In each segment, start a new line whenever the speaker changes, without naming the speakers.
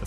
The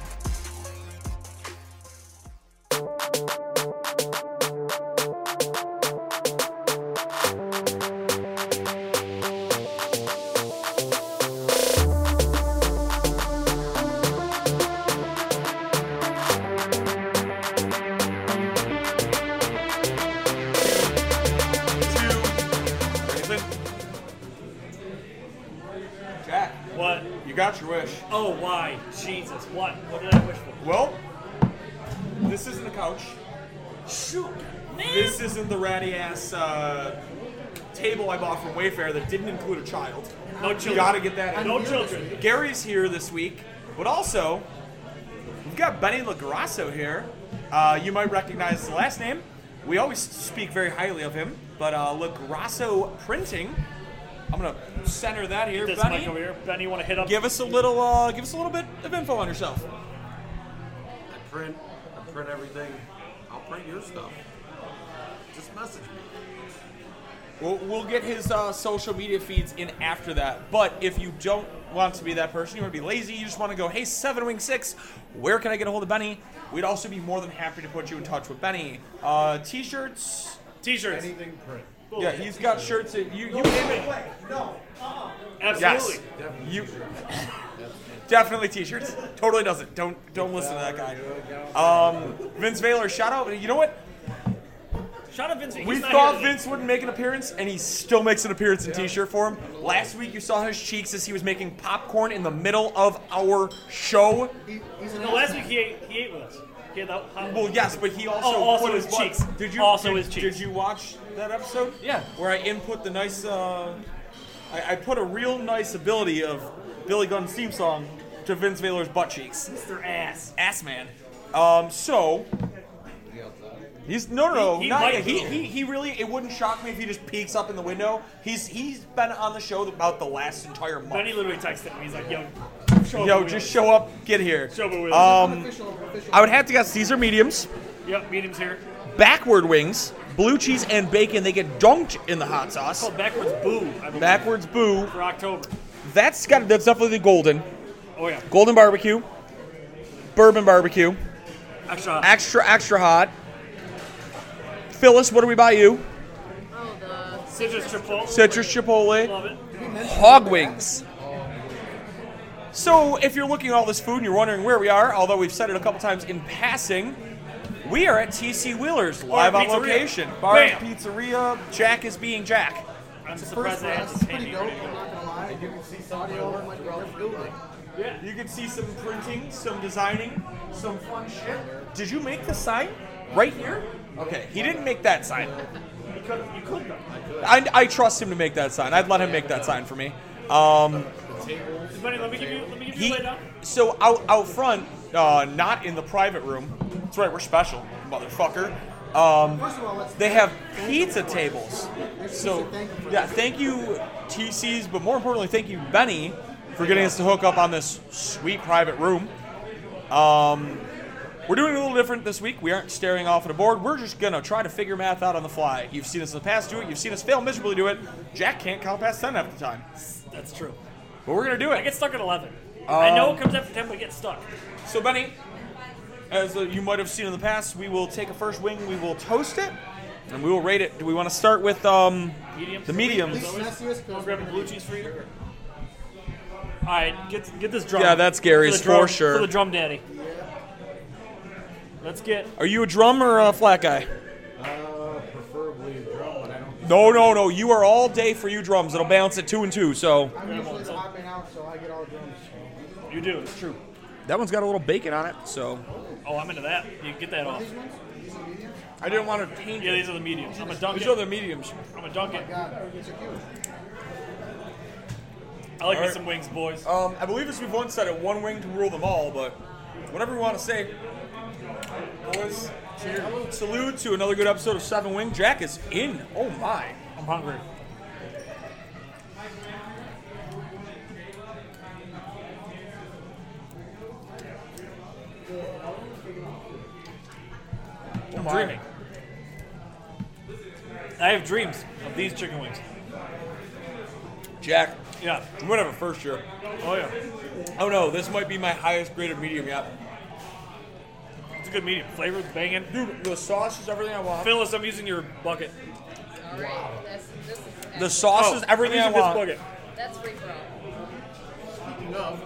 Grayson, Jack,
What?
you got your wish.
Oh, why? Jesus, what? What did I wish for?
Well, this isn't the couch.
Shoot, man!
This isn't the ratty ass uh, table I bought from Wayfair that didn't include a child.
no children.
You gotta get that in.
No children.
Gary's here this week, but also we've got Benny LaGrasso here. Uh, you might recognize the last name. We always speak very highly of him, but uh, LaGrasso Printing. I'm gonna center that here.
This
Benny,
mic over here. Benny, you want to hit up?
give us a little, uh, give us a little bit of info on yourself.
I print, I print everything. I'll print your stuff. Just message me.
We'll, we'll get his uh, social media feeds in after that. But if you don't want to be that person, you want to be lazy, you just want to go, hey, Seven Wing Six, where can I get a hold of Benny? We'd also be more than happy to put you in touch with Benny. Uh, t-shirts.
T-shirts.
Anything print.
Yeah, he's got shirts. That you you name it. Uh-huh.
Absolutely.
Yes. You definitely t-shirts. Totally doesn't. Don't don't listen to that guy. Um, Vince Valor, shout out. You know what?
Shout out Vince. He's
We
not
thought
here today.
Vince wouldn't make an appearance, and he still makes an appearance in t-shirt form. Last week, you saw his cheeks as he was making popcorn in the middle of our show.
No, last week he ate, he ate with us. He had the hot
Well, yes, but he also,
Oh, also
put
his
butt-
cheeks.
Did you
Also
did,
his cheeks.
Did you watch that episode?
Yeah.
where I input the nice. Uh, I, I put a real nice ability of Billy Gunn's theme song to Vince Valor's butt cheeks.
Mr. Ass.
Ass man. Um, so. He's no, no, no.
He- he
not
might
yet. he,
be.
he, he really. It wouldn't shock me if he just peeks up in the window. He's he's been on the show about the last entire month.
Benny literally texted him. He's like, yo, show
Yo,
up
just show up, get here.
Show up with
Um, I would have to guess these are mediums.
Yep, medium's here.
Backward wings, blue cheese and bacon. They get dunked in the hot sauce.
Called Oh, backwards boo. I believe,
Backwards boo.
for October.
That's got that's definitely the golden.
Oh yeah,
Golden barbecue, bourbon barbecue,
extra. hot.
extra extra hot. Phyllis, what do we buy you?
Oh, the
Citrus triple.
Citrus chipotle.
Love it.
hog wings. So, if you're looking at all this food and you're wondering where we are, although we've said it a couple times in passing, we are at TC Wheeler's live on
pizzeria.
location. Bar
Bam.
pizzeria. Jack is being Jack.
I'm surprised I had to pay me.
And you can see audio in my building.
You can see some printing, some designing, some fun shit. Did you make the sign right here? Okay, he didn't make that sign.
You could, you could though.
I, I trust him to make that sign. I'd let him make that sign for me. Um,
Benny, let me give you, let me give you
He,
a laydown.
so out out front, uh, not in the private room. That's right, we're special, motherfucker. Um, they have pizza tables. So yeah, thank you TCs, but more importantly, thank you Benny for getting us to hook up on this sweet private room. Um, we're doing it a little different this week. We aren't staring off at a board. We're just gonna try to figure math out on the fly. You've seen us in the past do it. You've seen us fail miserably do it. Jack can't count past ten half the time,
That's true.
but we're gonna do it.
I get stuck at 11. I
Um,
know it comes after 10, but I get stuck.
So Benny, as uh, you might have seen in the past, we will take a first wing, we will toast it, and we will rate it. Do we want to start with um,
Medium.
the mediums?
As always. Let's grab a blue cheese for you. All right, get get this drum.
Yeah, that's Gary's
the drum-
for sure.
For the drum daddy. Let's get.
Are you a drum or a flat guy?
Uh, preferably a drum, but I don't.
No, no, no. You are all day for you drums. It'll balance at two and two. So
I'm usually popping out, so I get all drums.
You do. It's true.
that one's got a little bacon on it. So
Oh, I'm into that. You get that off.
These ones? These are mediums?
I didn't want to paint
Yeah, these are the mediums. I'm a dunk
These are
it.
the Oh mediums.
I'm a dunk it.
God, it's a cute.
I like me
Alright.
some wings, boys.
Um, I believe as we've once said, it one wing to rule them all. But whatever you want to say, boys. Cheers. Salute to another good episode of Seven Wing. Jack is in. Oh my.
I'm hungry. I'm
my.
dreaming. I have dreams of these chicken wings.
Jack,
Yeah.
I'm gonna have a first year.
Oh yeah.
Oh no, this might be my highest graded medium yet.
It's a good medium. Flavor, banging.
Dude, the sauce is everything I want.
Phyllis, I'm using your bucket.
All right. That's, this is
The sauce
Oh,
is everything I
I'm using this
want.
bucket.
That's free for all.
Speaking of,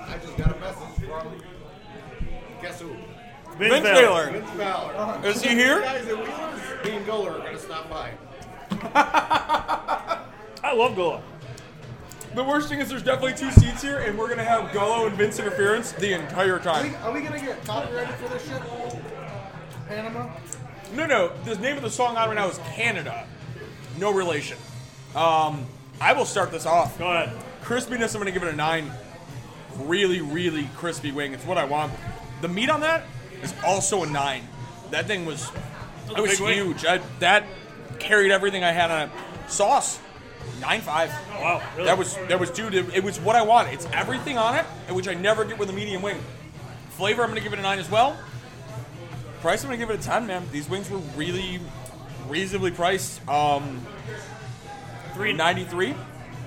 I just got a message from guess who?
Vince
Vince
Vale.
Taylor,
Vince Fowler.
is he here?
Guys at Wheelers, Dean Goller are gonna stop by.
I love Gola.
The worst thing is there's definitely two seats here, and we're gonna have Golo and Vince interference the entire
Are we,
time.
are we gonna get copyrighted for this shit? Panama?
No, no, the name of the song on right now is Canada. No relation. Um, I will start this off.
Go ahead.
Crispiness, I'm gonna give it a nine. Really, really crispy wing. It's what I want. The meat on that is also a nine. That thing was, it
a
was
Oh, big wing.
huge. I, that carried everything I had on it. Sauce, nine five.
Wow. Really?
That was that was dude. It, it was what I wanted. It's everything on it, and which I never get with a medium wing. Flavor, I'm gonna give it a nine as well. Price, I'm gonna give it a ten, man. These wings were really reasonably priced. Um,
three
ninety three,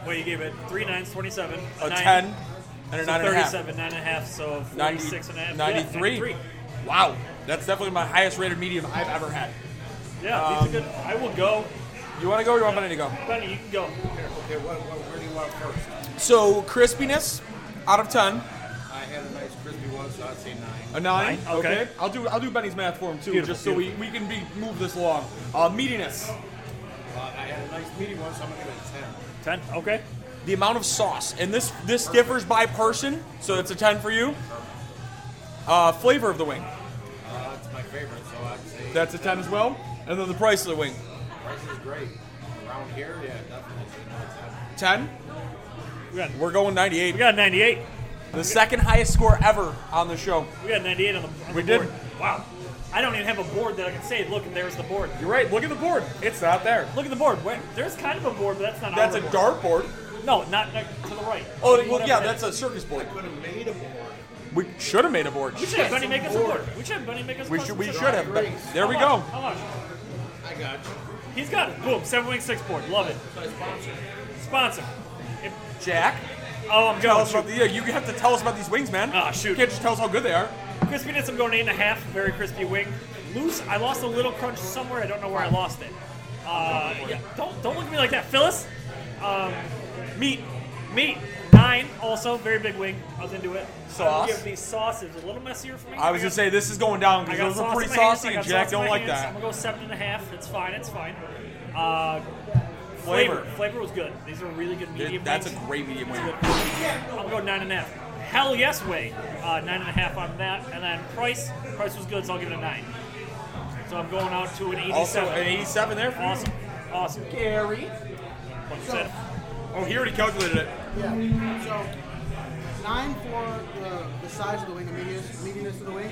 Well, you gave it three nines, twenty-seven.
a
nine,
ten, and a
so
nine and a half.
thirty-seven, nine and a half. So
90
forty-six and a half.
93.
Yeah, 93.
Wow, that's definitely my highest rated medium I've ever had.
Yeah,
Um,
these are good. I will go.
You want to go? or You want Benny to go?
Benny, you can go.
Okay, what, what, where do you want first?
So crispiness, out of ten,
I had a nice crispy one, so I'd say nine.
a nine.
Nine? Okay.
I'll do I'll do Benny's math for him too,
Beautiful,
just so we, we can be move this along. Uh, meatiness,
Uh, I had a nice meaty one, so I'm gonna give it a ten.
Ten. Okay.
the amount of sauce, and this this differs by person, so that's a ten for you. Uh, flavor of the wing,
Uh, it's my favorite, so I'd say
that's a ten as well, and then the price of the wing,
price is great. Around here, yeah, definitely. it's a ten.
ten.
We got
We're going ninety eight.
we got ninety-eight.
The second highest score ever on the show.
We got ninety-eight on the, on
We
the
did.
board. Wow. I don't even have a board that I can say. Look, there's the board.
You're right. Look at the board. It's not there.
Look at the board. Wait, there's kind of a board, but that's not.
That's
our
a
board.
dartboard.
No, not not to the right.
Oh, well,
Whatever
yeah,
that
that's
is.
a circus board.
Could have made a board.
We should have made a board.
We should have Benny make us a board. We should have Benny make us. a
We
custom
should. We
set.
should have. But there
How
we
much?
go.
How much?
I got you.
He's got it. Boom. Seven wing six board. Love it.
So I sponsored. it.
Sponsor. If,
Jack,
oh, I'm
tell
going.
us about the. Yeah, you have to tell us about these wings, man.
Ah, shoot.
You can't just tell us how good they are.
Crispiness, I'm going eight and a half. Very crispy wing. Loose. I lost a little crunch somewhere. I don't know where I lost it. Uh, yeah, don't don't look at me like that, Phyllis. Um, meat, meat. Nine. Also, very big wing. I was into it. I
Sauce?
would give the sauce. It was a little messier for me.
I was
got-
gonna say this is going down
I
because
got
those
sauce
are
in
pretty
my hands,
saucy,
I
and
got
Jack
sauce in
don't
my
like
hands. I'm
that.
gonna go seven and a half. It's fine. It's fine. Uh, flavor.
Flavor.
Flavor was good. These are really good medium.
Dude, That's a
wings.
great medium wing.
I'll go nine and a half. Hell yes way. Uh, nine and a half on that, and then price. Price was good, so I'll give it a nine. So I'm going out to an eighty-seven.
Also, an 87 there for you.
Awesome. Awesome. Gary. What you said.
Oh, he already calculated it.
Yeah. So nine for the, the size of the wing, the medius, mediumness of the wing,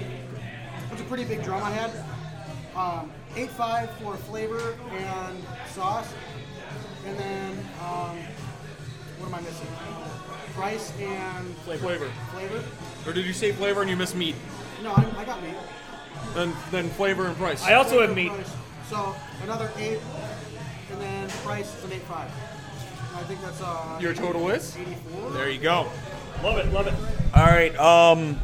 which is a pretty big drum I had. Um, eight five for flavor and sauce, and then um, what am I missing? Price and
Flavor.
flavor.
Or did you say flavor and you missed meat?
No, I, I got meat.
Then then flavor and price.
I also
Flavor,
have meat.
price. So another eight, and then price is an eight five. I think that's uh,
Your total is.
84.
There you go.
Love it. Love it.
All right. Um.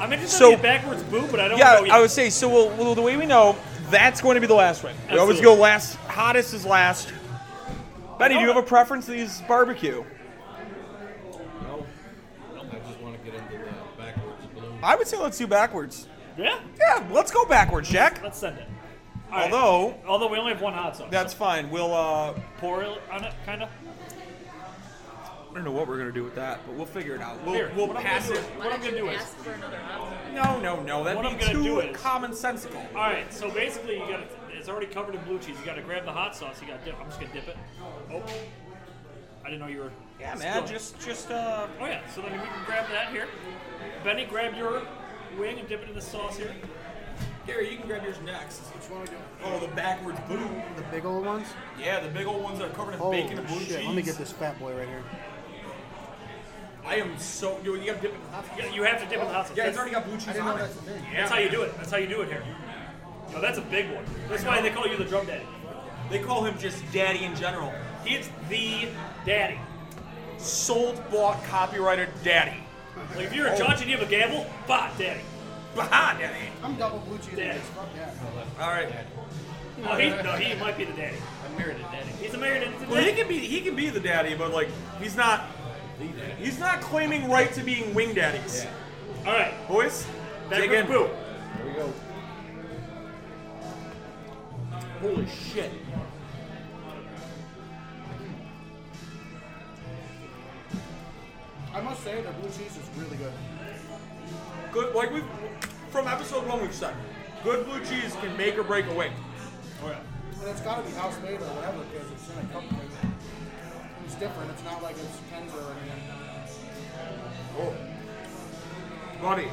I'm interested
So-
in the backwards boo, but I don't
Yeah,
know yet.
I would say so. Well, well, the way we know, that's going to be the last one. We always go
Absolutely.
last. Hottest is last. Benny, do you have a preference to these barbecue?
No, I just want to get into the backwards blue.
I would say let's do backwards.
yeah.
Yeah, let's go backwards, Jack.
Let's send it. All right.
Although
although we only have one hot sauce.
that's
so
fine. We'll. uh
pour it on it, kind of.
I don't know what we're gonna do with that, but we'll figure it out. We'll
Here,
we'll
what I'm
pass
gonna
it.
do- What I'm
Why
gonna
don't
do
you
is.
ask for another option?
No, no, no. That'd
What
be
I'm gonna
too
do is-
commonsensical.
All right, so basically, you got it's already covered in blue cheese. You got to grab the hot sauce. You got to dip. I'm just gonna dip it. Oh, I didn't know you were.
Yeah, man.
spilling.
Just just uh.
Oh yeah. So then we can grab that here. Benny, grab your wing and dip it in the sauce here.
Gary, you can grab yours next. Which one are we doing? Oh, the backwards blue.
The big old ones.
Yeah, the big old ones that are covered in
Oh
bacon and blue
shit!
cheese.
Let me get this fat boy right here.
I am so. Yo, you got dipping hot sauce.
Yeah, you have to dip it in the hot sauce.
Yeah, it's
That's-
already got blue cheese
didn't
on
know
it.
that's a thing.
Yeah,
That's how you do it. That's how you do it here. No, that's a big one. That's why they call you the drum daddy.
They call him just Daddy in general.
He is the daddy.
Sold, bought, copyrighted Daddy.
Like if
Oh.
you're a judge and you have a gavel, bah, daddy.
Bah, Daddy.
I'm double blue cheese.
Yeah.
Fuck that.
All right.
Oh, he, no, he might be the daddy.
I'm married to Daddy.
He's a married entity.
Well, he can be he can be the daddy, but like he's not he's not claiming right to being wing daddies.
All right,
Boys,
back
dig
with
in.
Boo.
Here we go.
Holy shit.
I must say, the blue cheese is really good.
Good, like we from episode one we've said, good blue cheese can make or break a wing.
Oh, yeah.
And it's gotta be house made or whatever, because it's in a cup thing. It's different, it's not like it's Kenzo or anything. Oh.
Buddy,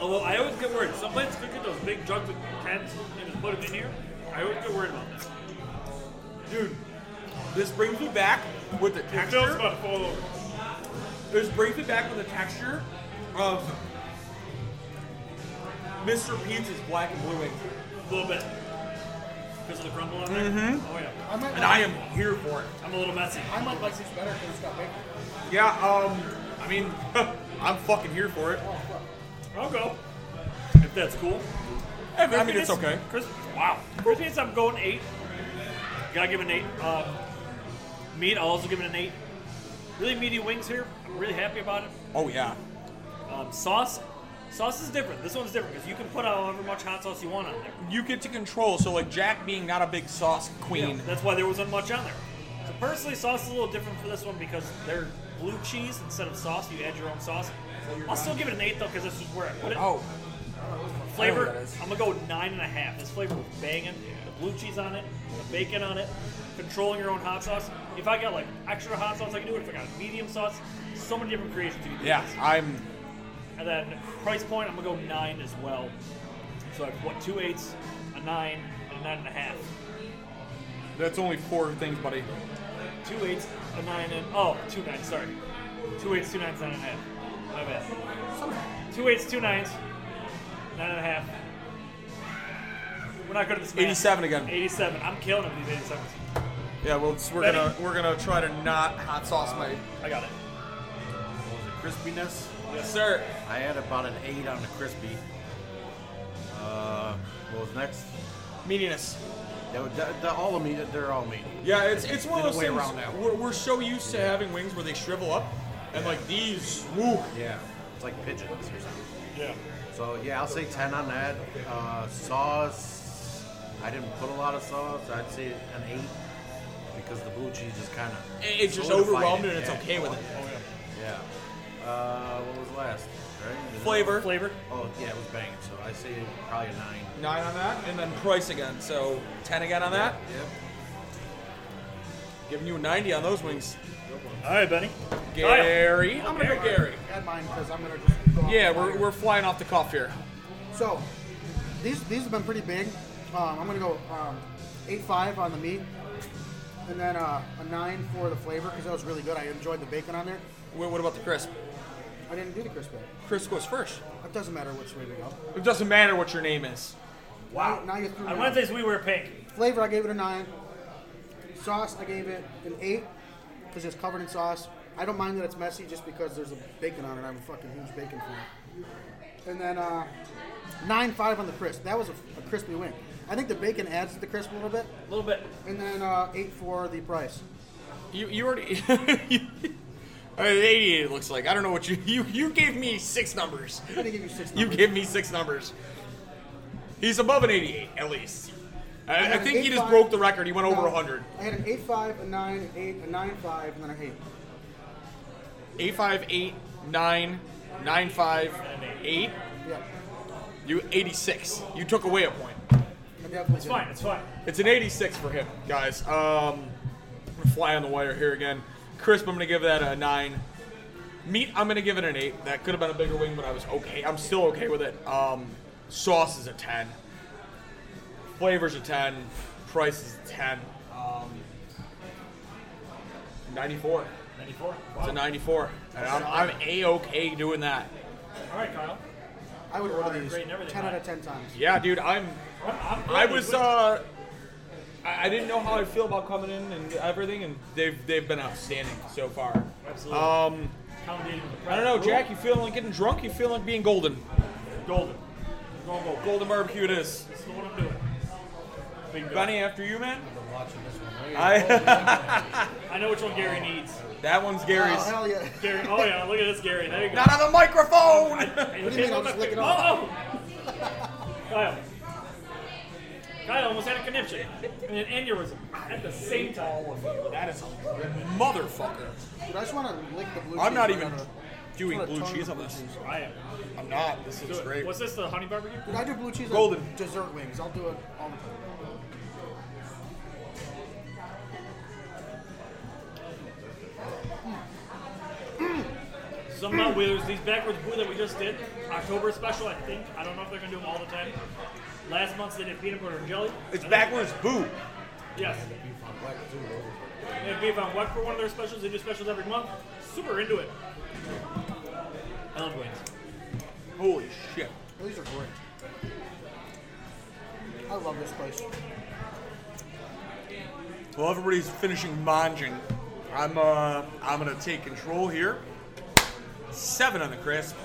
Although I always get worried. Some places could get those big jugs of pens and just put them in here. I always get worried about that.
dude, this brings me back with the
Your Phil's
texture.
about to fall over.
This brings me back with the texture of Mr. Pizza's black and blue wing.
A little bit. Because of the crumble on there? Mm-hmm. Oh, yeah.
I might
And
like-
I am here for it.
I'm a little messy.
I might like this better because it's got bacon.
Yeah, um, I mean, I'm fucking here for it.
I'll go. If that's cool.
I mean, it's okay.
Chris, wow. Chris means I'm going eight. Gotta give it an eight. Uh, meat, I'll also give it an eight. Really meaty wings here. I'm really happy about it.
Oh yeah.
Um, sauce. Sauce is different. This one's different because you can put however much hot sauce you want on there.
You get to control. So like Jack being not a big sauce queen.
Yeah, that's why there wasn't much on there. So personally, sauce is a little different for this one because they're blue cheese instead of sauce. You add your own sauce. I'll still give it an eight though because this is where I put it.
Oh,
Flavor,
I know what that is.
I'm gonna go with nine and a half. This flavor was banging. The blue cheese on it, the bacon on it, controlling your own hot sauce. If I got like extra hot sauce, I can do it. If I got a medium sauce, so many different creations you can do.
yeah.
with this.
I'm.
And then price point, I'm gonna go nine as well. So I've what two eights, a nine, and a nine and a half.
That's only four things, buddy.
Two eights, a nine, and oh, two nines. Sorry, two eights, two nines, nine and a half. My bad. Two eights, two nines, nine and a half. We're not good at this. math.
87 again.
87. I'm killing it with these 87s.
Yeah. Well, it's, we're
Benny?
gonna we're gonna try to not hot sauce my
I got it.
Crispiness.
yes sir.
I had about an eight on the crispy. Uh, what was next?
Meatiness.
That would- that- that- all of me. They're all meat.
Yeah, it's it's one of those
There's a way
things.
around that.
We're, we're so used to having wings where they shrivel up, and like these. Woo.
Yeah. It's like pigeons or something.
Yeah.
So yeah, I'll say ten on that. Uh, sauce. I didn't put a lot of sauce. I'd say an eight because the blue cheese is kind of.
It- It's just overwhelmed and it's okay with it.
Yeah. Uh, what was last? Right?
Flavor.
Flavor.
Oh yeah, it was banging. So I say probably a nine.
Nine on that, and then price again. So ten again on that.
Yep.
Giving you a 90 on those wings.
All right, Benny.
Gary. I'm gonna go Gary.
Add mine because I'm gonna just go. off
Yeah,
the
we're,
fire.
we're flying off the cuff here.
So, these these have been pretty big. Um, I'm gonna go um, eight five on the meat, and then uh, a nine for the flavor because that was really good. I enjoyed the bacon on there.
Wha- What about the crisp?
I didn't do the crisp bacon.
Crisp goes first.
It doesn't matter which way we go.
It doesn't matter what your name is.
Wow. Now, you threw
On
me off.
Wednesdays we wear pink.
Flavor, I gave it a nine. Sauce, I gave it an eight because it's covered in sauce. I don't mind that it's messy just because there's a bacon on it. I'm a fucking huge bacon fan. And then uh, nine five on the crisp. That was a, a crispy wing. I think the bacon adds to the crisp a little bit.
A little bit.
And then uh, eight for the price.
You you already. I mean, 88 it looks like. I don't know what you you you gave me six numbers.
I'm gonna give you six.
You
numbers.
gave me six numbers. He's above an 88 at least. I, I
had an
think he just
85.
broke the record. He went over
No,
100.
I had an eight five, a nine, an eight, a nine five, and then an eight.
858 9 958.
Yeah,
You 86. You took away a point.
I definitely
It's fine. It's fine.
It's an 86 for him, guys. Um, we're fly on the wire here again. Crisp, I'm gonna give that a nine. Meat, I'm gonna give it an eight. That could have been a bigger wing, but I was okay. I'm still okay with it. Um, sauce is a ten. Flavors a ten. Price is a ten. Um, 94.
94.
It's a 94. And I'm, I'm a okay doing that.
All right, Kyle.
I would order
ordering
these
great and everything,
ten out
right?
of ten times.
Yeah, dude. I'm.
I'm, I'm
I was. Uh, I, I didn't know how I'd feel about coming in and everything, and they've they've been outstanding so far.
Absolutely.
Um,
Accommodating with the
I don't know,
crowd.
Jack. You feeling like getting drunk? You feeling like being golden?
Golden.
Golden, golden barbecue it is.
This is what I'm doing. Bingo.
Bunny, after you, man.
I'm watching this one. Hey,
I
I know which one Gary needs.
that one's
Oh,
Gary's.
hell yeah.
Gary. Oh yeah, look at this Gary. There you go.
Not on the microphone.
Hey,
What do you
hey,
mean? I'll
look,
just lick it
oh,
off.
oh. Kyle. Kyle almost had a conniption and an aneurysm at the same time.
that is a motherfucker.
Dude, I just want to lick the blue
I'm
cheese
not
right
even
out of-
doing
I just
blue
wanna tongue
cheese
the
on
blue
this.
cheese.
I am.
I'm not. This
Do
looks
it.
great.
What's this? The honey barbecue?
Dude, I do blue cheese
Golden.
on dessert wings. I'll do it all the time.
Somehow Wheelers, these backwards blue that we just did, October special, I think. I don't know if they're gonna do them all the time. Last month they did peanut butter and jelly.
It's
I think-
backwards boo.
Yes. They have beef on what for one of their specials. They do specials every month. Super into it. I love wings.
Holy shit.
These are great. I love this place.
Well, everybody's finishing manjing. I'm uh, I'm gonna take control here. Seven on the crisp.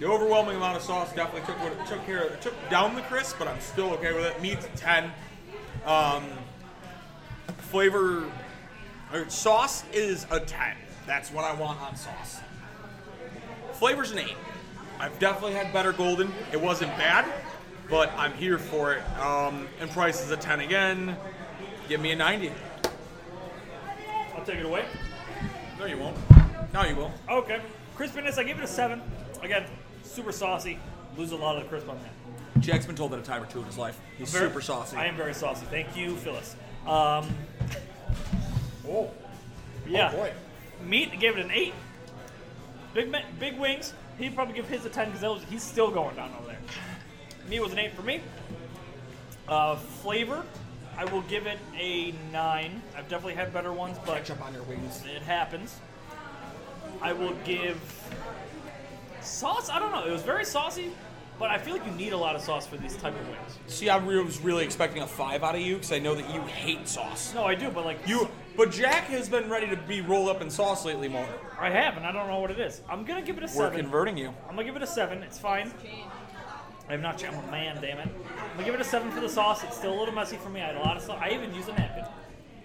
The overwhelming amount of sauce definitely took what it took care of. It took down the crisp, but I'm still okay with it. Meat's ten. Um, flavor or sauce is a ten. That's what I want on sauce. Flavor's an eight. I've definitely had better golden. It wasn't bad, but I'm here for it. Um, and price is a ten again. Give me a 90.
I'll take it away.
No, you won't. No, you will.
Okay. Crispiness, I gave it a seven. Again, super saucy. Lose a lot of the crisp on that.
Jack's been told that a time or two in his life. He's
Very-
super saucy.
I am very saucy. Thank you, Phyllis. Um,
Oh,
yeah.
boy.
Meat gave it an eight. Big Ma- Big Wings, he'd probably give his a ten because he's still going down over there. Meat was an eight for me. Uh, flavor, I will give it a nine. I've definitely had better ones, but
Ketchup on your wings.
It happens. I will give sauce. I don't know. It was very saucy, but I feel like you need a lot of sauce for these type of wings.
See, I re- was really expecting a five out of you because I know that you hate sauce.
No, I do, but like
You, but Jack has been ready to be rolled up in sauce lately, more.
I have, and I don't know what it is. I'm gonna give it a
We're
seven.
converting you.
I'm gonna give it a seven. It's fine. I'm not. I'm a man, damn it. I'm gonna give it a seven for the sauce. It's still a little messy for me. I had a lot of sauce. I even used a napkin.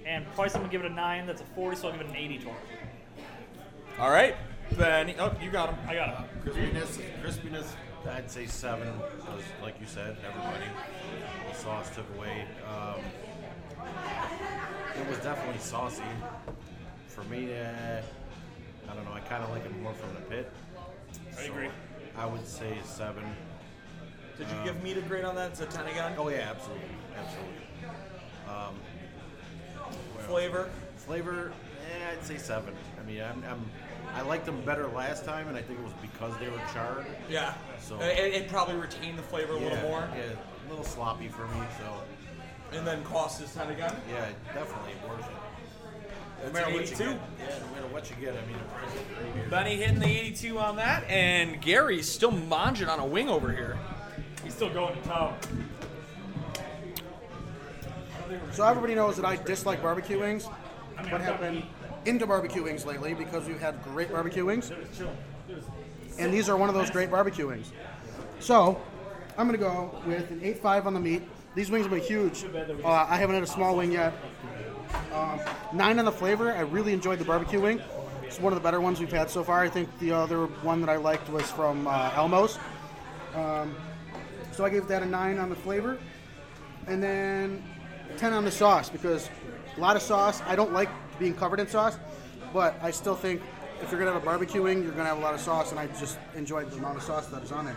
And price, I'm gonna give it a nine. That's a forty, so I'll give it an eighty total.
All right. Benny. Oh, you got him.
I got it.
Crispiness, crispiness, I'd say seven. 'cause like you said, everybody. The sauce took away. Um, it was definitely saucy. For me, uh, I don't know. I kind of like it more from the pit.
I agree.
I would say seven.
Did you give me a grade on that? It's a 10 again.
Oh yeah, absolutely, absolutely. Um, where else?
Flavor.
Flavor, eh, I'd say seven. I mean, I'm, I'm, I liked them better last time, and I think it was because they were charred.
Yeah.
So-
It, it probably retained the flavor a little more.
Yeah, a little sloppy for me. So
And then cost is 10 again.
yeah, definitely worth it.
That's
no
an
matter what you
82.
get. Yeah, no matter what you get. I mean, the price is pretty good.
Benny hitting the 82 on that, and Gary's still monging on a wing over here.
He's still going to town.
So everybody knows that I dislike barbecue wings,
I mean,
but
I'm
have
done
been
eating.
into barbecue wings lately because we've had great barbecue wings,
It was chilling. It was
and these are one of those great barbecue wings. So I'm gonna go with an 8.5 on the meat. These wings will be huge. Uh, I haven't had a small wing yet. Um, nine on the flavor. I really enjoyed the barbecue wing. It's one of the better ones we've had so far. I think the other one that I liked was from uh, Elmo's. Um, so I gave that a nine on the flavor, and then 10 on the sauce because a lot of sauce. I don't like being covered in sauce, but I still think if you're gonna have a barbecue wing, you're gonna have a lot of sauce, and I just enjoyed the amount of sauce that is on there.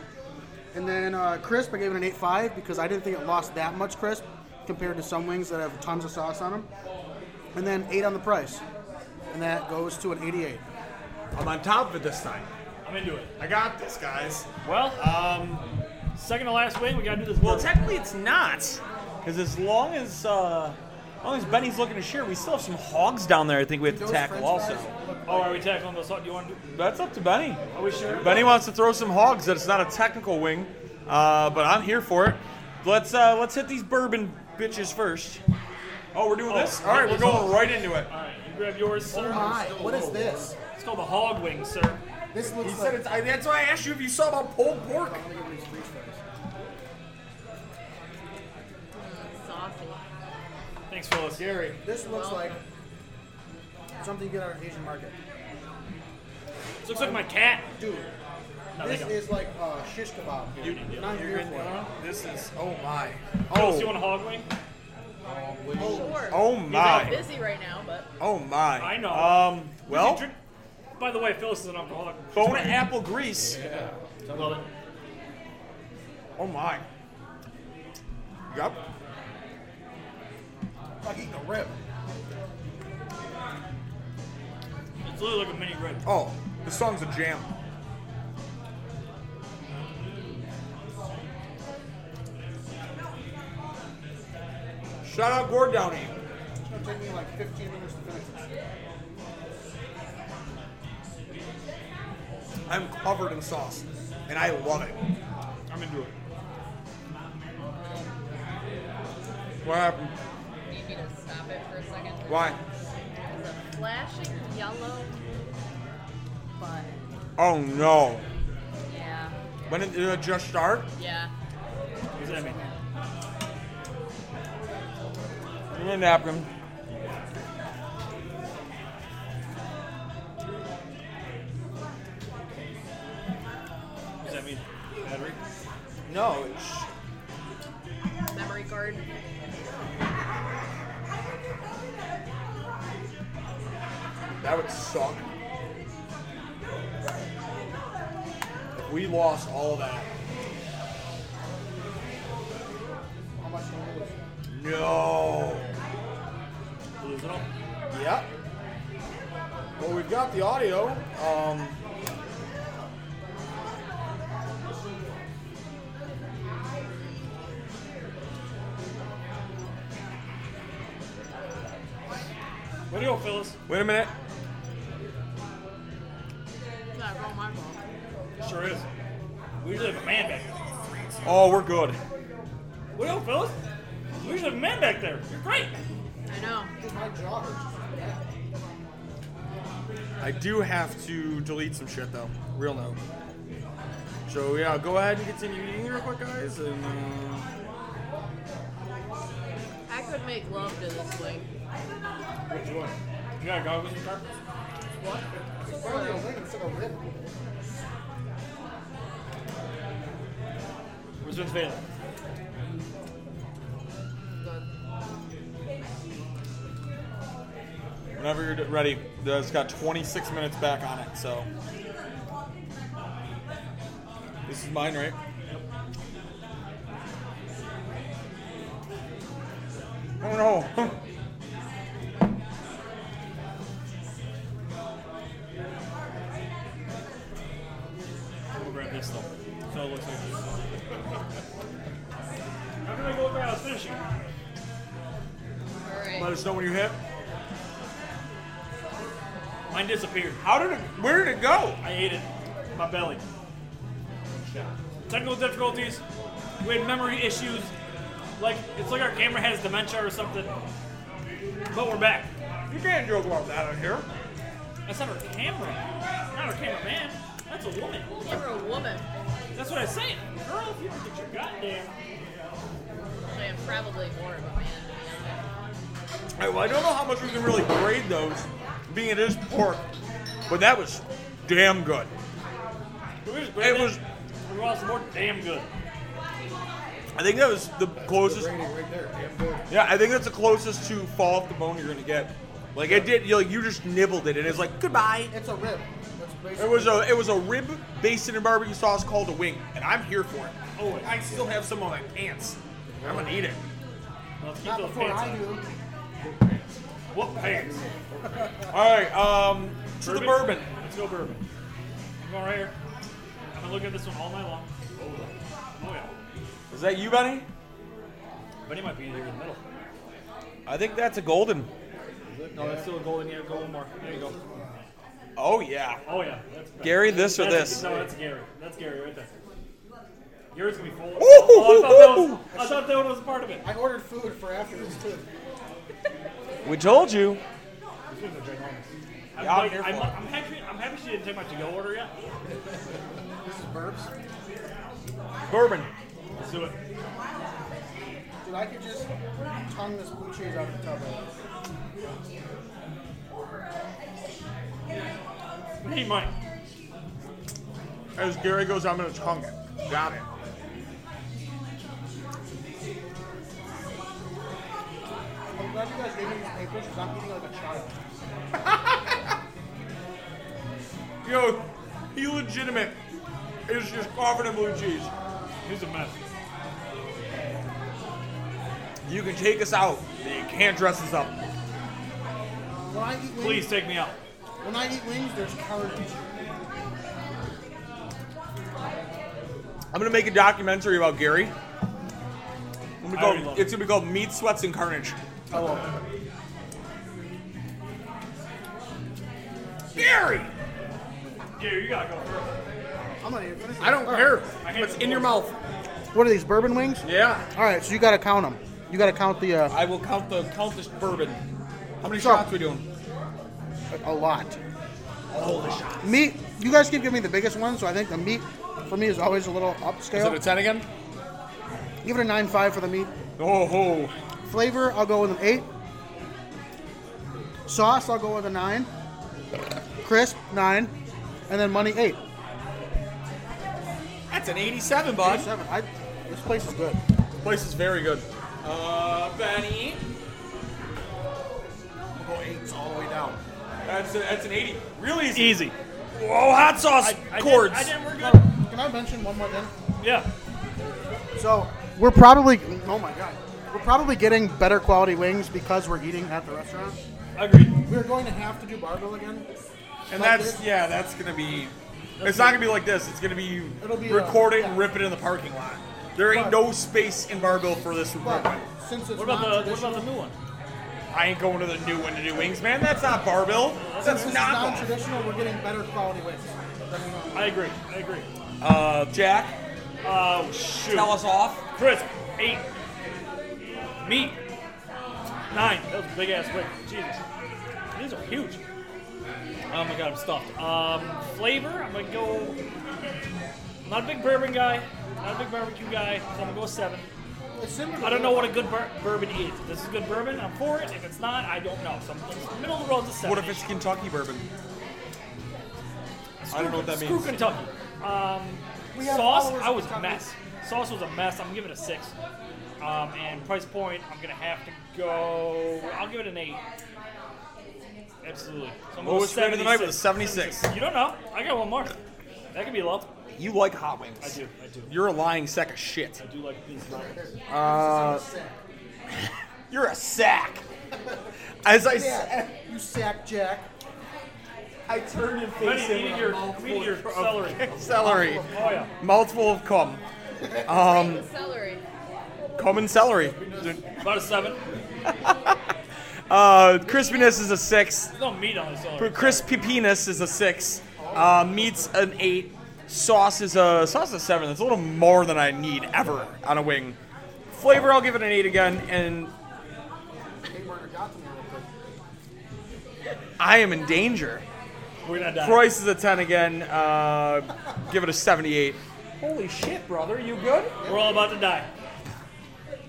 And then uh, crisp, I gave it an 8.5 because I didn't think it lost that much crisp compared to some wings that have tons of sauce on them. And then eight on the price, and that goes to an 88.
I'm on top of it this time.
I'm into it.
I got this, guys.
Well, um, second to last wing, we gotta do this.
Well,
burger.
technically it's not, because as long as uh, as long as Benny's looking to share, we still have some hogs down there. I think we have to
Those
tackle
french fries
also.
look
oh, are we tackling those? Do you want to? do-
That's up to Benny.
Are we sure?
Benny wants to throw some hogs. That it's not a technical wing, uh, but I'm here for it. Let's uh, let's hit these bourbon bitches first. Oh, we're doing this?
Oh,
All right, we're
this
going right into it.
All right, you grab yours, sir.
Oh my, what is this?
It's called the hog wing, sir.
This looks
He
like.
said it's, I, that's why I asked you if you saw about pulled pork.
I'm gonna get one of these French fries.
Saucy.
Thanks, Phyllis.
Gary, this looks like something you get at an Asian market.
This looks like my cat.
Dude,
No, they
this
don't.
is like uh, shish kebab.
You,
And I'm
you're
here
in,
for it.
uh, this is, oh my.
Phyllis, you
Oh,
want a hog wing?
Sure.
oh
I'm
my.
busy right now, but
Oh my.
I know.
Um,
You
well,
drink- By the way, Phyllis is an alcoholic.
bone apple grease.
Love it.
Oh my. Yep.
Like eating a rib.
It's literally like a mini rib.
Oh, this song's a jam. Shout out Gord Downey.
It's gonna take me like 15 minutes to finish this.
I'm covered in sauce, and I love it.
I'm into it.
What happened?
need me to stop it for a second.
Why?
It's a flashing yellow button.
Oh no.
Yeah.
When did it just start?
Yeah.
What does that mean?
Give me a napkin.
What does that mean? Battery?
No, it's
Memory card.
That would suck. If we lost all that.
How much do I lose?
No.
You Lose it all?
Yep. Well, we've got the audio. Um,
Where do you go, Phyllis?
wait a minute.
It's not real my fault.
Sure is. We usually have a man back there.
Oh, we're good.
Where do you go, Phyllis? We usually have a man back there. You're great.
I know.
Dude, my jaw hurts.
I do have to delete some shit though. Real note. So yeah, go ahead and continue eating real quick, guys. And uh,
I could make love to this thing.
Which one? You got goggles in the car?
What?
It's probably a wing instead of a rib.
Where's Vince Vail?
Good.
whenever you're d- ready, uh, it's got 26 minutes back on it. So this is mine, right? Oh no.
We'll grab this though. So it looks like this. How can I go over how I was finishing?
All
Let
right.
us know when you hit.
Mine disappeared.
How did it? Where did it go?
I ate it. My belly. Technical difficulties. We had memory issues. Like it's like our camera has dementia or something. But we're back.
You can't joke about that on here.
That's not our camera. Not our cameraman. That's a woman.
You're a woman.
That's what I say. Girl, if you don't get your goddamn.
I am probably more of a man.
All right, well, I don't know how much we can really grade those, being it is pork, but that was damn good.
We were just grabbing
It was-
We were also more damn good.
I think that was the closest.
right there. Damn good.
Yeah, I think that's the closest to fall off the bone you're gonna get. Like it did, you like you just nibbled it, and it's like goodbye.
It's a rib. That's basically
It was a it was a rib based in a barbecue sauce called a wing, and I'm here for it. Oh, and I still have some on my pants. I'm gonna eat it.
Let's keep
Not
those
before
pants
I
on.
do.
What pants?
All right, um, to the bourbon.
Let's go bourbon. I'm going right here. I'm gonna look at this one all night long. Oh yeah.
Is that you, Benny?
Benny might be there in the middle.
I think that's a golden.
No, that's still a golden. Yeah, golden more. There you go.
Oh yeah.
Oh yeah. That's better.
Gary, this or
That's-
this?
No, that's Gary. That's Gary right there. Yours gonna be full.
Ooh-hoo-hoo-hoo!
Oh, I, thought that was, I thought that one was a part of it.
I ordered food for after this too.
We told you.
I'm,
Yeah, I'm
like-
here
I'm,
for it.
I'm happy, I'm happy she didn't take my to-go order yet.
This is burps.
Bourbon.
Let's do it.
Dude, I could just tongue this blue cheese out of the tub.
Hey, Mike.
As Gary goes, I'm gonna tongue it. Got it.
I'm glad you guys gave me these papers because I'm eating like a child.
Yo, he legitimate is just covered in blue cheese.
He's a mess.
You can take us out. They can't dress us up.
When I eat wings,
Please take me out.
when I eat wings, there's carnage.
I'm gonna make a documentary about Gary. I'm
I
gonna
already
go,
love
it's gonna be called Meat, Sweats, and Carnage.
I love it.
Gary!
Gary, you gotta go first.
I'm not even finished.
I don't
All right.
care
I hate
what's
the
in your mouth.
What are these bourbon wings?
Yeah.
All right, so you gotta count them. You gotta count the uh,
I will count the count this bourbon. How many
Sure.
shots we doing?
a lot. Meat. You guys keep giving me the biggest one, so I think the meat for me is always a little
Is it
upscale.
a 10 again?
Give it a nine five for the meat.
Oh ho!
Flavor, I'll go with an eight. Sauce, I'll go with a nine. Crisp, nine. And then money, eight.
That's an 87, bud.
Seven. I, this place is good.
Place is very good. Uh, Benny.
Oh, eight's all the way down.
That's a, that's an 80. Really easy.
Easy.
Whoa, hot sauce
I, I
cords.
Did, I did. We're good.
Can I mention one more thing?
Yeah.
So we're probably, oh my god, we're probably getting better quality wings because we're eating at the restaurant.
Agreed.
We're going to have to do barbell again.
and
Like
that's
this?
yeah, that's gonna be. It's not gonna be like this. It's gonna be,
It'll be, uh,
recording,
yeah.
rip it in the parking lot. There ain't
But-
no space in Barville for this
But
recording.
since it's
What
not
about the What
traditional,
about the new one?
I ain't going to the new one to do wings, man. That's not Barville. That's
since it's
not.
non-traditional, we're getting better quality wings. than we normally-
I agree. I agree.
Uh, Jack,
Oh shoot.
tell us off.
Crisp, eight. Meat, nine. That was a big ass wing. Jesus. These are huge. Oh my god, I'm stuffed. Um, flavor, I'm gonna go. I'm not a big bourbon guy, not a big barbecue guy, so I'm gonna go seven.
It's similar. to-
I don't know what a good bur- bourbon is. If this is good bourbon, I'm for it. If it's not, I don't know. So I'm middle of the road is a seven.
What if it's Kentucky bourbon? I don't know what that
Screw
means.
Kentucky. Um,
We have
sauce,
followers
I
in
was a
Kentucky.
mess. Sauce was a mess. I'm giving it a six. Um, and price point, I'm gonna have to go. I'll give it an eight. Absolutely. So I'm
What
going
was trade of the night with a 76?
You don't know. I got one more. That could be low.
You like hot wings.
I do. I do.
You're a lying sack of shit.
I do like these. Nuggets.
You're a sack. As I, s-
Yeah, you sack jack.
I turned and
Benny,
faced
you
him
need
with
your,
your
you need your celery. Oh
celery,
yeah.
mouthful of cum,
Same with celery.
cum and celery.
About a seven.
Uh, crispiness is a six.
There's no meat on the celery.
Crispy penis is a six. Uh, meat's an eight. Sauce is a sauce is a seven. That's a little more than I need ever on a wing. Flavor, I'll give it an eight again, and I am in danger.
We're gonna die.
Price is a 10 again. Uh, give it a 78. Holy shit, brother. You good?
We're all about to die.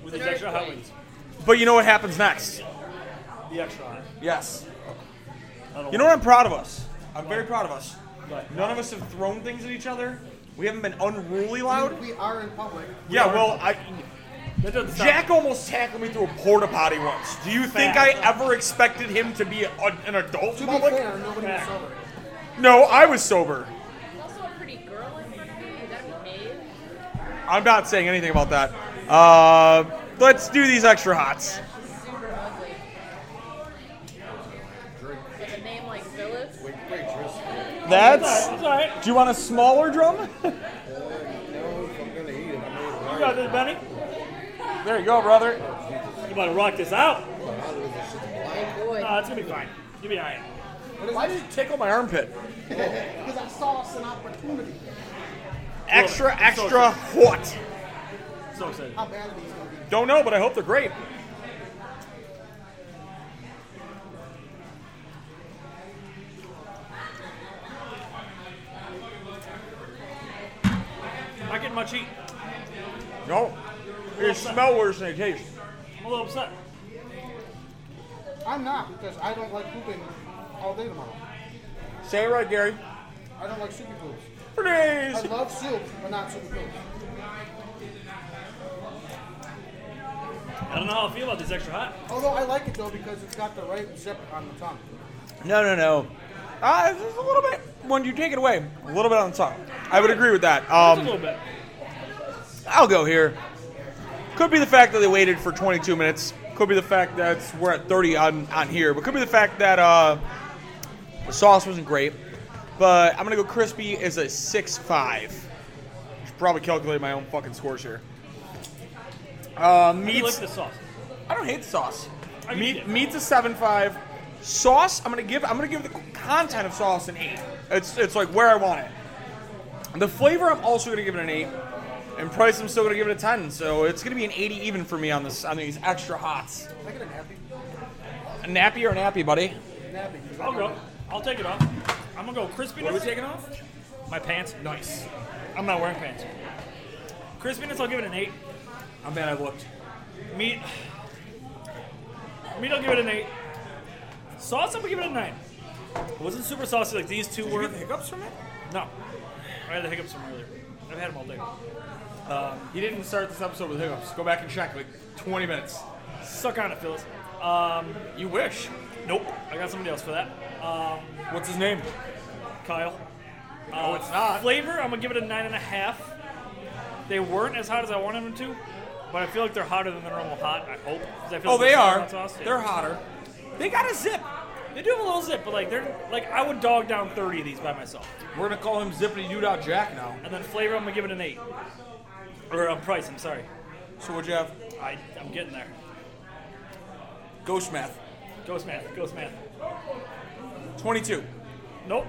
With these extra hot wings.
But you know what happens next?
The extra hot.
Yes.
I don't
You know what?
want
I'm proud of us. I'm very proud of us.
Right.
None of us have thrown things at each other. We haven't been unruly loud.
We are in public.
Yeah, well, I,
it. That doesn't sound-
Jack almost tackled me through a porta potty once. Do you think I ever expected him to be a, an adult
To
in
be
public?
fair, nobody was sober.
No, I was sober.
There's also a pretty girl in front of you. You gotta behave.
I'm not saying anything about that. Uh, let's do these extra hots.
Yeah, she's super ugly. With a name like Phyllis.
That's.
It's all right.
Do you want a smaller drum?
You got this, Benny.
There you go, brother.
You about to rock this out?
Boy.
Nah, it's gonna be fine. You'll be alright.
Why did you tickle my armpit?
Because I saw us an opportunity.
Extra,
I'm so
extra hot.
So excited.
How bad are these gonna be?
Don't know, but I hope they're great.
much heat.
No. It smell worse than it tastes.
I'm a little upset.
I'm not because I don't like pooping all day tomorrow.
Say it right, Gary.
I don't like soupy poops. I
Please.
love soup, but not soupy poops.
I don't know how I feel about this extra hot.
Although I like it though because it's got the right zip on the tongue.
No, no, no. Uh, just a little bit when you take it away, a little bit on the tongue. I would agree with that.
Just a
Um,
little bit.
I'll go here. Could be the fact that they waited for 22 minutes. Could be the fact that it's- we're at 30 on, on here. But could be the fact that uh, the sauce wasn't great. But I'm gonna go crispy is a six five. Should probably calculate my own fucking scores here. Uh,
You like
meats.
the sauce.
I don't hate the sauce.
I eat
Meat,
it.
meat's a seven five. Sauce, I'm gonna give. I'm gonna give the content of sauce an eight. It's it's like where I want it. The flavor, I'm also gonna give it an eight. And price, I'm still gonna give it a ten. So it's gonna be an eighty even for me on this on these extra hots.
Can I get a nappy?
A nappy or an appy, buddy?
Nappy. 'cause I
I'll
don't
go.
like it.
I'll take it off. I'm gonna go crispiness. What are we taking off? My pants. Nice. I'm not wearing pants. Crispiness, I'll give it an eight.
I'm mad I looked.
Meat. Meat, I'll give it an eight. Sauce, I'm gonna give it a nine. It wasn't super saucy like these two were.
hiccups from it?
No. I had the hiccups from earlier. I've had them all day.
He didn't start this episode with hiccups. Go back and check like 20 minutes.
Suck on it, Phyllis. Um,
You wish.
Nope. I got somebody else for that. Um,
What's his name?
Kyle. Uh,
No, it's not.
Flavor, I'm gonna give it a nine and a half. They weren't as hot as I wanted them to, but I feel like they're hotter than the normal hot. I hope. 'cause I feel
Oh,
like
they
there's
are.
hot sauce, yeah.
They're hotter.
They got a zip. They do have a little zip, but like they're like I would dog down 30 of these by myself.
We're gonna call him Zippity Doodah Jack now.
And then flavor, I'm gonna give it an eight. Or um, price. I'm sorry.
So what'd you have?
I I'm getting there.
Ghost math.
Ghost math. Ghost math.
22.
Nope.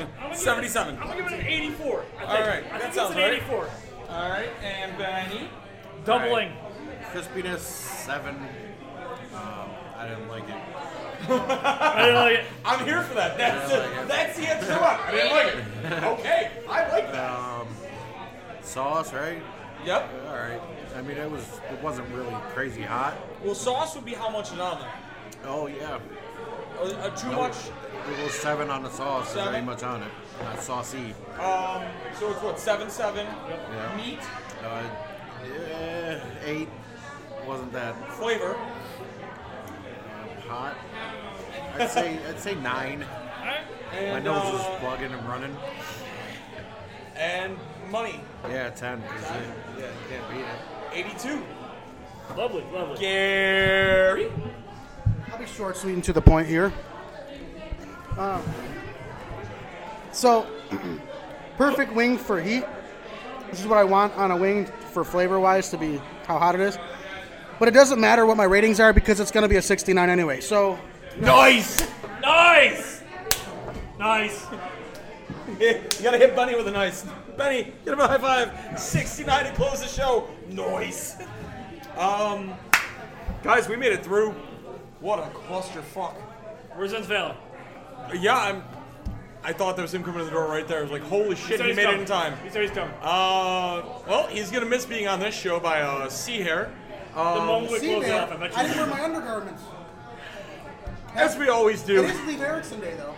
I'm gonna give it-
77.
I'm gonna give it an 84. I think.
All right,
I
that
think
sounds
it's an
right.
84.
All right, and Benny.
Doubling.
Crispiness seven. Um, I didn't like it.
I didn't like it.
I'm here for that. That's
Yeah, I like
it.
it.
That's the answer. Come on. I didn't like it. Okay, I like that.
Sauce, right?
Yep.
All right. I mean, it was it wasn't really crazy hot.
Well, sauce would be how much is on there.
Oh yeah.
Uh, uh, too
No,
much.
It was seven on the sauce. Seven? Very
Seven?
much on it. Not saucy.
Um, so it's what seven seven.
Yeah.
Meat
Uh, yeah, eight wasn't that
flavor.
hot. I'd say I'd say nine.
And,
My nose was
uh,
plugging and running.
and money.
Yeah, ten. 'cause you-
Yeah.
you can't beat it.
Eighty-two.
Lovely. Lovely.
Gary.
I'll be short, sweet, and to the point here. Um, so, perfect wing for heat. This is what I want on a wing for flavor wise to be how hot it is. But it doesn't matter what my ratings are because it's going to be a 69 anyway. So,
Nice.
Nice! Nice.
you gotta hit Benny with a nice. Benny, get him a high five. Sixty-nine to close the show. Nice. Um, guys, we made it through. What a clusterfuck.
Where's Vince Valor?
Yeah, I'm. I thought there was him coming to the door right there. I was like, holy shit, he made it in time.
He said he's coming.
Uh, well, he's gonna miss being on this show by uh, sea hair. Oh.
the moment we
see,
close it
man,
off, I bet
I didn't
you.
wear my undergarments.
As we always
It
do,
is Lee Erickson Day, though.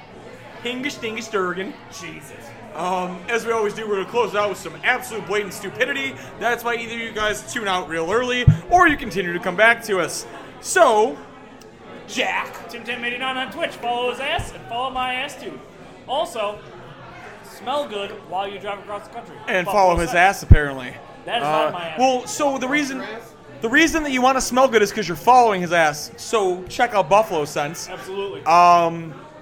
Hingish Dingish Durgan.
Jesus.
Um, as we always do, we're gonna close it out with some absolute blatant stupidity. That's why either you guys tune out real early or you continue to come back to us. So, Jack,
Tim Tim 89 on Twitch. Follow his ass and follow my ass too. Also, smell good while you drive across the country.
and
Fuck
follow
both
his
sides.
ass apparently.
That is
Uh,
not my ass.
well, so the reason the reason that you want to smell good is because you're following his ass. So check out Buffalo Sense. Um,
Absolutely.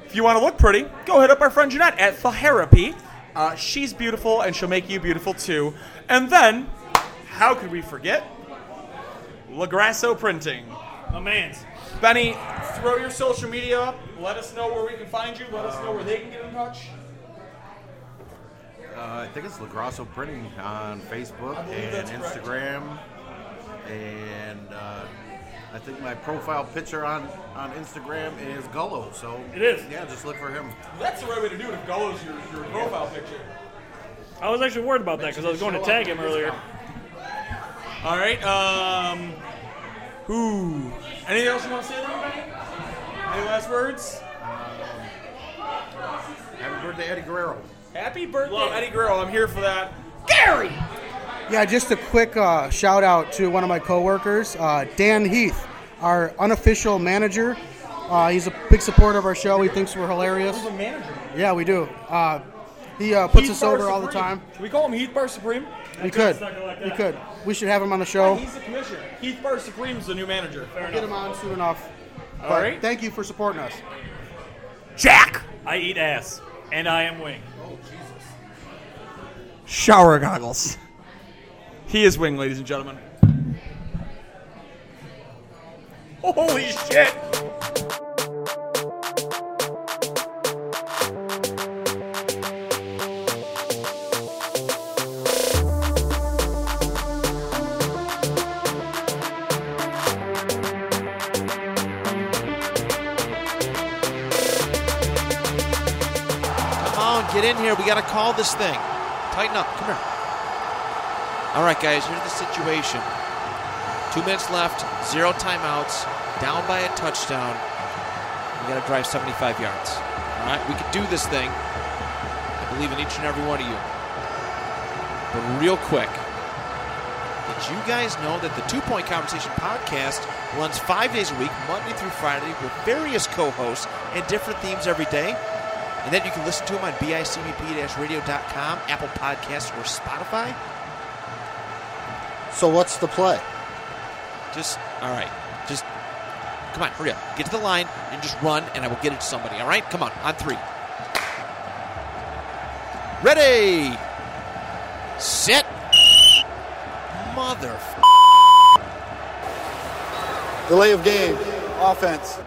If you want to look pretty, go hit up our friend Jeanette at Therapy. Uh, she's beautiful, and she'll make you beautiful too. And then, how could we forget? Lagrasso Printing.
my man's.
Benny, throw your social media up. Let us know where we can find you. Let us know where they can get in touch.
Uh, I think it's Lagrasso Printing on Facebook
I believe
and
that's correct.
Instagram, and uh, I think my profile picture on on Instagram is Gullo. So
It is.
Yeah, just look for him.
That's the right way to do it. If Gullo's your, your profile picture.
I was actually worried about that because I was going to tag him earlier.
All right. Um. Who? Anything else you want to say, to everybody? Any last words?
Happy birthday, Eddie Guerrero.
Happy birthday, Eddie Guerrero. I'm here for that. Gary.
Yeah, just a quick uh, shout out to one of my coworkers, uh, Dan Heath, our unofficial manager. Uh, he's a big supporter of our show. He thinks we're hilarious.
Manager.
Yeah, we do. Uh, he uh, puts us over all the time.
Should we call him Heath Bar Supreme?
We could.
not gonna like
We
that.
could. We should have him on the show.
He's the commissioner. Heath Bar Supreme's the new manager.
Get him on soon enough.
All
But
right.
Thank you for supporting us.
Jack.
I eat ass, and I am wing.
Shower goggles. He is wing, ladies and gentlemen. Holy shit!
Come on, get in here. We got to call this thing. Tighten up. Come here. All right, guys, here's the situation. Two minutes left, zero timeouts, down by a touchdown. We got to drive 75 yards. All right, we could do this thing. I believe in each and every one of you. But real quick, did you guys know that the Two Point Conversation podcast runs five days a week, Monday through Friday, with various co hosts and different themes every day? And then you can listen to them on bicbp-radio.com, Apple Podcasts, or Spotify.
So what's the play?
Just, all right, just, come on, hurry up. Get to the line and just run, and I will get it to somebody, all right? Come on, on three. Ready, set, mother.
Delay of game, offense.